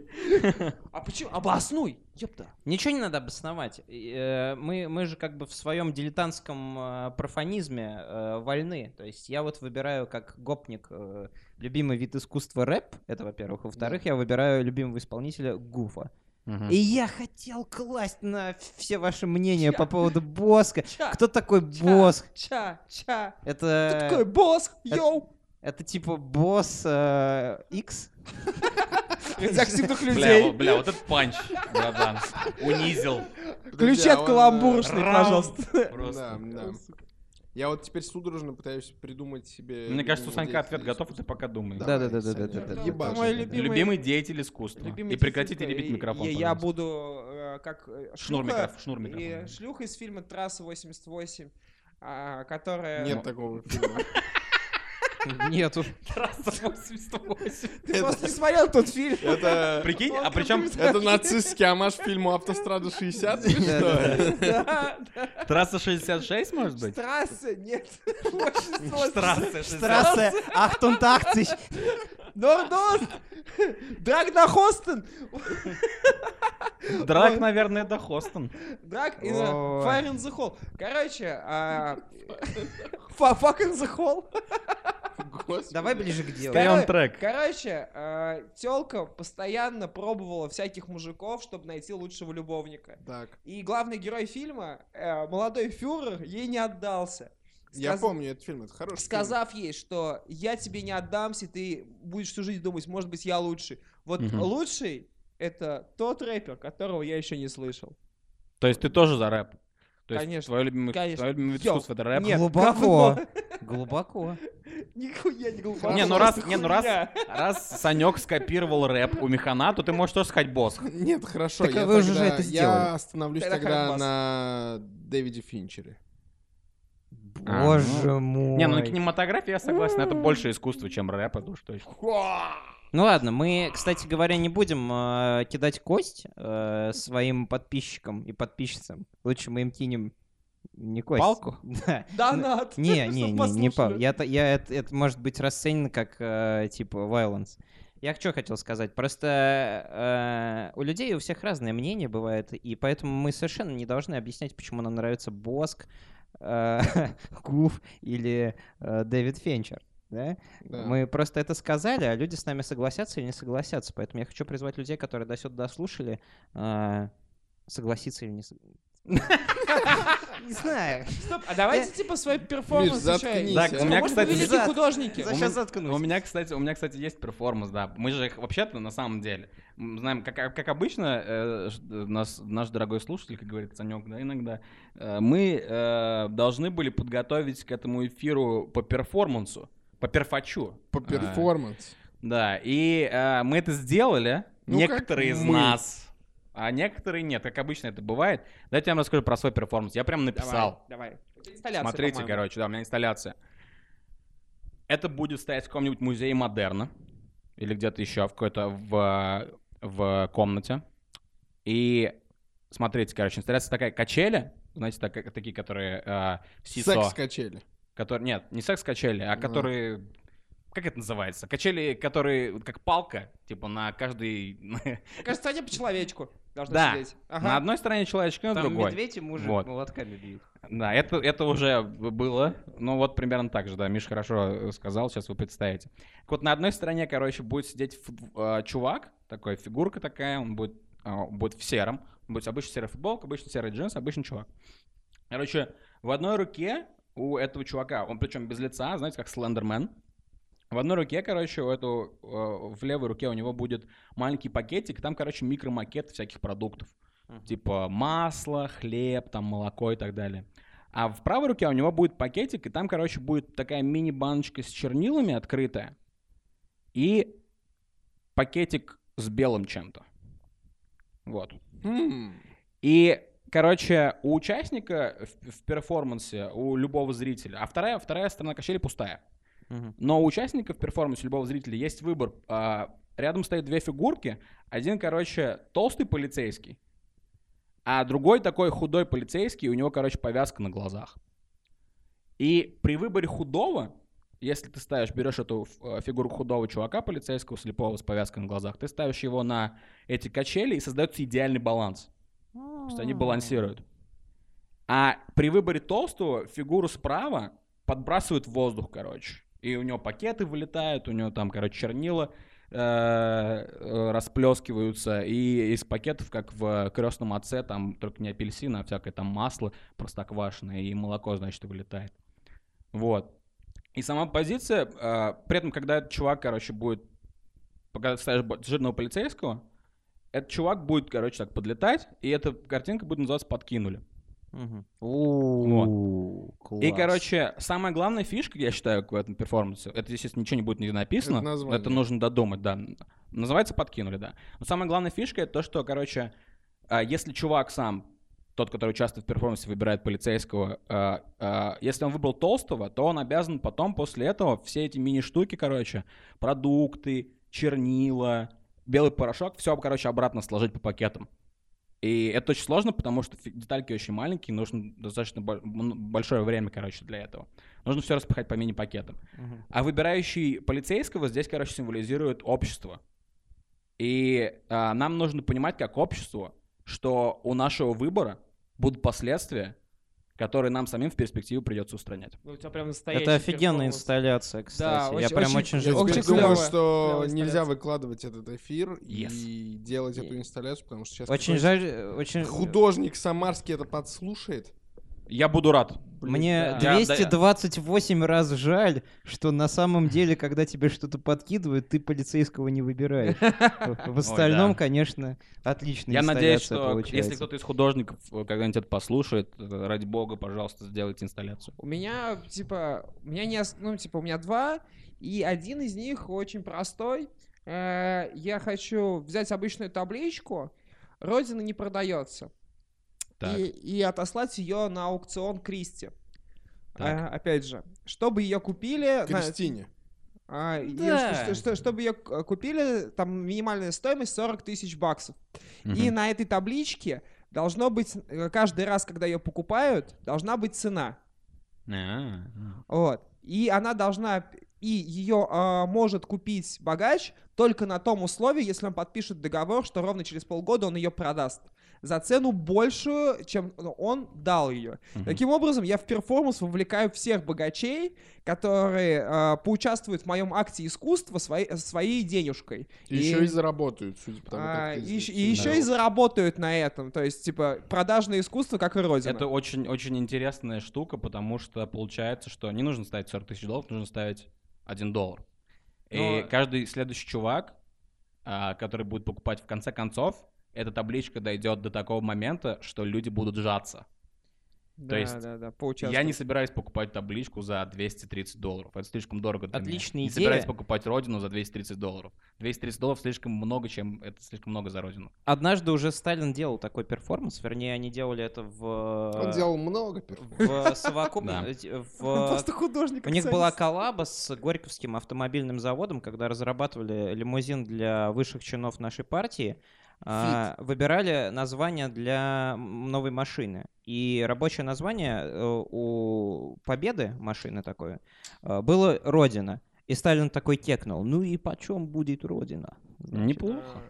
А почему? Обоснуй, ёпта. Ничего не надо обосновать. И, э, Мы, мы же как бы в своем дилетантском э, профанизме э, вольны. То есть я вот выбираю как гопник э, любимый вид искусства рэп, это во-первых. Во-вторых, я выбираю любимого исполнителя Гуфа. И я хотел класть на все ваши мнения по поводу Боска. Ча, Кто такой ча, Боск? Ча, ча. Кто такой Это, босс? Э, это- Йоу! это типа босс э, X? Из активных Бля, людей. вот- бля, вот этот панч, братан. Унизил. Ключи Друзья, от а он, каламбуршной, Раунд. пожалуйста. э, Да, Просто. да. Я вот теперь судорожно пытаюсь придумать себе. Мне кажется, у любимого Санька ответ деятеля готов, и ты пока думаешь. Да, да, да, да, Саня, да, да, да. ебашь. Мой Да, да, да. любимый- Любимый деятель искусства. Любимый И прекратите дефицит, ребить и- микрофон, и Я пожалуйста. буду э, как э, Шнур шлюха. микрофон, шнур и микрофон. Шлюха из фильма «Трасса 88», а, которая... Ну, Нет такого фильма. Нету. Трасса 88. Ты просто не смотрел тот фильм. Это... Прикинь, а причем Это нацистский амаш фильму «Автострада 60» или что? Да, да. трасса 66, может быть? Трасса, нет. Трасса 66. Трасса Ахтунтахтич. Нордост! Драк на Хостен! Драк, наверное, до Хостон. Драк и Ой. Fire in the Hall. Короче, а, фа- Fuck in the Hall. Господи. Давай ближе к делу. Ска- Даем трек. Короче, э, тёлка постоянно пробовала всяких мужиков, чтобы найти лучшего любовника. Так, И главный герой фильма, э, молодой фюрер, ей не отдался. я Сказ- помню этот фильм, это хороший Сказав ей, что я тебе не отдамся, ты будешь всю жизнь думать, может быть, я лучший. Вот Мгм. лучший это тот рэпер, которого я еще не слышал. То есть ты тоже за рэп? То есть Конечно, твое любимое, конечно. твое любимое вид Йоу, искусства это рэп? нет, Глубоко. Глубоко. Нихуя не глупо. Не, ну Просто раз, не, ну раз, хуйня. раз Санек скопировал рэп у Механа, то ты можешь тоже сказать босс. фильм. Нет, хорошо, Так я, вы уже тогда- же это сделали. я остановлюсь Тогда тогда Хардбас. на Дэвиде Финчере. А, Боже мой. Не, ну на кинематографии я согласен, это больше искусство, чем рэп, это уж точно. Ну ладно, мы, кстати говоря, не будем э, кидать кость э, своим подписчикам и подписчицам. Лучше мы им кинем не кость. Палку? Да. Донат. Не, чтоб не, не, не палку. послушали. Я, та- я, это, это может быть расценено как э, типа violence. Я что хотел сказать? Просто э, у людей у всех разное мнение бывает, и поэтому мы совершенно не должны объяснять, почему нам нравится Боск, э, Гуф или э, Дэвид Фенчер. Да? Да. Мы просто это сказали, а люди с нами согласятся или не согласятся. Поэтому я хочу призвать людей, которые до сюда дослушали, а, согласиться или не согласиться. Не знаю. Стоп, а давайте типа свой Э, Миш, перформанс заткнись, еще. Так, а. у меня, Может, кстати, вы великие за- художники. У меня- Сейчас У заткнусь. меня, кстати, у меня, кстати, есть перформанс, да. Мы же их вообще-то на самом деле м, знаем, как, как обычно, э, ж- э, нас, наш дорогой слушатель, как говорит Санек, да, иногда, э, мы э, должны были подготовить к этому эфиру по перформансу, по перфачу. По А, перформанс. да, и э, мы это сделали, Ну, как некоторые из мы. нас, а некоторые нет, как обычно это бывает. Дайте я вам расскажу про свой перформанс. Я прям написал. Давай. Инсталляция, Смотрите, по-моему. короче, да, у меня инсталляция. Это будет стоять в каком-нибудь музее модерна или где-то еще в какой-то в, в комнате. И смотрите, короче, инсталляция такая качели, знаете, так- такие, которые э, сисо, Секс-качели. которые нет, не секс качели, а Мгм. которые как это называется? Качели, которые вот как палка, типа на каждой Кажется, они по человечку должны Да. сидеть. на одной стороне человечка, на Там другой. медведь и мужик Вот. молотками бьют. Да, это, это уже б- было. Ну, вот примерно так же, да. Миш хорошо э, сказал, сейчас вы представите. Так вот, на одной стороне, короче, будет сидеть фут- э, чувак, такой фигурка такая, он будет, э, будет в сером. Он будет обычно серая футболка, обычно серый джинсы, обычный чувак. Короче, в одной руке у этого чувака, он причем без лица, знаете, как Слендермен. В одной руке, короче, у этого, э, в левой руке у него будет маленький пакетик, там, короче, микромакет всяких продуктов. Мгм. Типа масло, хлеб, там молоко и так далее. А в правой руке у него будет пакетик, и там, короче, будет такая мини-баночка с чернилами открытая и пакетик с белым чем-то. Вот. М, И, короче, у участника в, в перформансе, у любого зрителя, а вторая, вторая сторона качели пустая. Мгм. Но у участников перформанса, у любого зрителя есть выбор. А, рядом стоят две фигурки. Один, короче, толстый полицейский, а другой такой худой полицейский, и у него, короче, повязка на глазах. И при выборе худого, если ты ставишь, берешь эту э, фигуру худого чувака, полицейского, слепого с повязкой на глазах, ты ставишь его на эти качели, и создается идеальный баланс. То есть они балансируют. А при выборе толстого фигуру справа подбрасывают в воздух, короче. И у него пакеты вылетают, у него там, короче, чернила э, э, расплескиваются. И из пакетов, как в крестном отце, там только не апельсин, а всякое там масло простоквашиное и молоко, значит, вылетает. Вот. И сама позиция, э, при этом, когда этот чувак, короче, будет, пока ты ставишь бо- жирного полицейского, этот чувак будет, короче, так подлетать, и эта картинка будет называться «Подкинули». Мгм. У-у-у, И, класс. короче, самая главная фишка, я считаю, в этом перформансе, это, естественно, ничего не будет нигде написано, Это название. это нужно додумать, да. Называется «Подкинули», да. Но самая главная фишка — это то, что, короче, а, если чувак сам, тот, который участвует в перформансе, выбирает полицейского, а, а, если он выбрал толстого, то он обязан потом, после этого, все эти мини-штуки, короче, продукты, чернила, белый порошок, все, короче, обратно сложить по пакетам. И это очень сложно, потому что фи- детальки очень маленькие, нужно достаточно бо- м- большое время, короче, для этого. Нужно все распахать по мини-пакетам. Мгм. А выбирающий полицейского здесь, короче, символизирует общество. И а, нам нужно понимать, как общество, что у нашего выбора будут последствия, которые нам самим в перспективе придется устранять. Ну, у тебя прям настоящий Это офигенная перформанс. инсталляция, кстати. Я очень- прям очень- очень Я жду. очень теперь клёвая- думаю, что клёвая нельзя инсталляция. выкладывать этот эфир и делать эту инсталляцию, потому что сейчас Очень какой-нибудь жаль, э, очень... художник Самарский это подслушает. Я буду рад. Мне да. 228 раз жаль, что на самом деле, когда тебе что-то подкидывают, ты полицейского не выбираешь. В остальном, да. конечно, отлично. Я надеюсь, что если кто-то из художников э, когда-нибудь это послушает, э, ради бога, пожалуйста, сделайте инсталляцию. У меня, типа, у меня не... ос- Ну, типа, у меня два, и один из них очень простой. Э, Я хочу взять обычную табличку «Родина не продается» Так. и, и отослать ее на аукцион Кристи. Так. Э, опять же, чтобы ее купили... на- Кристине. а, и Да. что- что- чтобы ее купили, там минимальная стоимость 40 тысяч баксов. И Мгм. на этой табличке должно быть, э, каждый раз, когда ее покупают, должна быть цена. А, Вот. И она должна, и ее а, может купить богач только на том условии, если он подпишет договор, что ровно через полгода он ее продаст за цену большую, чем ну, он дал ее. Мгм. Таким образом, я в перформанс вовлекаю всех богачей, которые а, поучаствуют в моем акте искусства своей, своей денежкой. И еще и заработают, судя по тому, а, как ты и здесь еще- и еще и читал. заработают на этом. То есть, типа, продажное искусство, как и Родина. Это очень-очень интересная штука, потому что получается, что не нужно ставить 40 тысяч долларов, нужно ставить 1 доллар. И Но- каждый следующий чувак, а, который будет покупать в конце концов, эта табличка дойдет до такого момента, что люди будут жаться. да, то есть да, да, Я не поучаствовать. собираюсь покупать табличку за 230 долларов. Это слишком дорого для меня. Отличная не идея. собираюсь покупать родину за 230 долларов. 230 долларов слишком много, чем это слишком много за родину. Однажды уже Сталин делал такой перформанс, вернее, они делали это Он в... э, делал много перф- В совокупности... э, в- Просто художник. У них была коллаба с Горьковским автомобильным заводом, когда разрабатывали лимузин для высших чинов нашей партии. а, выбирали название для м, новой машины. И рабочее название э, у Победы, машины такой, э, было «Родина». И Сталин такой кекнул. Ну и почем будет Родина? Значит, Неплохо.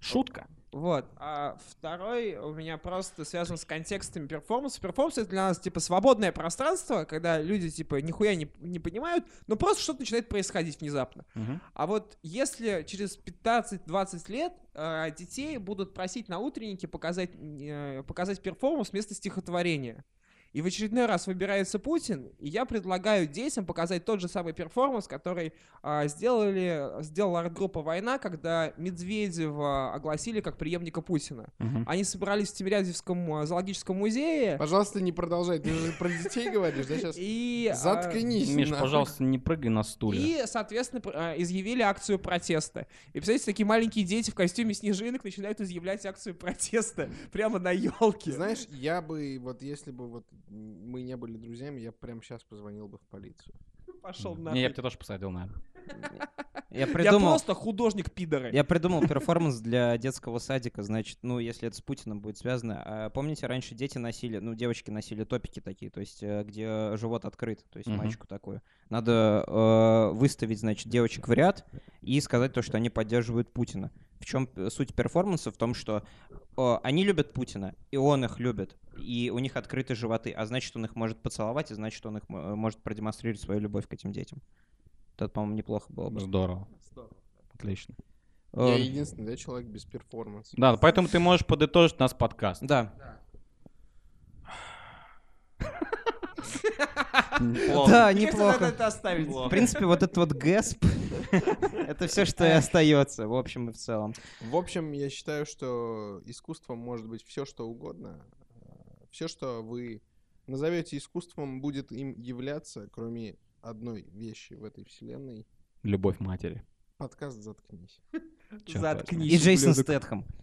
Шутка. Вот. А второй у меня просто связан с контекстами перформанса. Перформанс — это для нас, типа, свободное пространство, когда люди, типа, нихуя не, не понимают, но просто что-то начинает происходить внезапно. Мгм. А вот если через 15-20 лет э, детей будут просить на утреннике показать, э, показать перформанс вместо стихотворения, и в очередной раз выбирается Путин, и я предлагаю детям показать тот же самый перформанс, который а, сделали, сделала арт-группа «Война», когда Медведева огласили как преемника Путина. Мгм. Они собрались в Тимирязевском э, зоологическом музее, Пожалуйста, не продолжай. Ты же про детей говоришь, да, сейчас? и... а, Заткнись. Миш, нахуй. пожалуйста, не прыгай на стуле. И, соответственно, пр- а, изъявили акцию протеста. И, представляете, такие маленькие дети в костюме снежинок начинают изъявлять акцию протеста прямо на елке. Знаешь, я бы, вот если бы вот мы не были друзьями, я прям сейчас позвонил бы в полицию. пошел Не, на. я бы тебя тоже посадил, наверное. Я Я придумал... просто художник пидоры. Я придумал перформанс для детского садика, значит, ну, если это с Путиным будет связано. А помните, раньше дети носили, ну, девочки носили топики такие, то есть, э, где живот открыт, то есть Мгм. мальчику такую. Надо э, выставить, значит, девочек в ряд и сказать то, что они поддерживают Путина. В чем суть перформанса? В том, что э, они любят Путина, и он их любит, и у них открыты животы, а значит, он их может поцеловать, и значит, он их м- может продемонстрировать свою любовь к этим детям. Это, по-моему, неплохо было бы. Здорово. Отлично. Я Э, единственный, да, человек без перформанса. Да, поэтому ты можешь подытожить нас подкаст. Да, Неплохо. да, Мне кажется, надо неплохо. это оставить. В принципе, вот этот вот гэсп, это все, что и остается, в общем и в целом. В общем, я считаю, что искусством может быть все, что угодно. Все, что вы назовете искусством, будет им являться, кроме одной вещи в этой вселенной. Любовь матери. Подкаст «Заткнись». Чёрт Заткнись. И Джейсон Стэтхэм.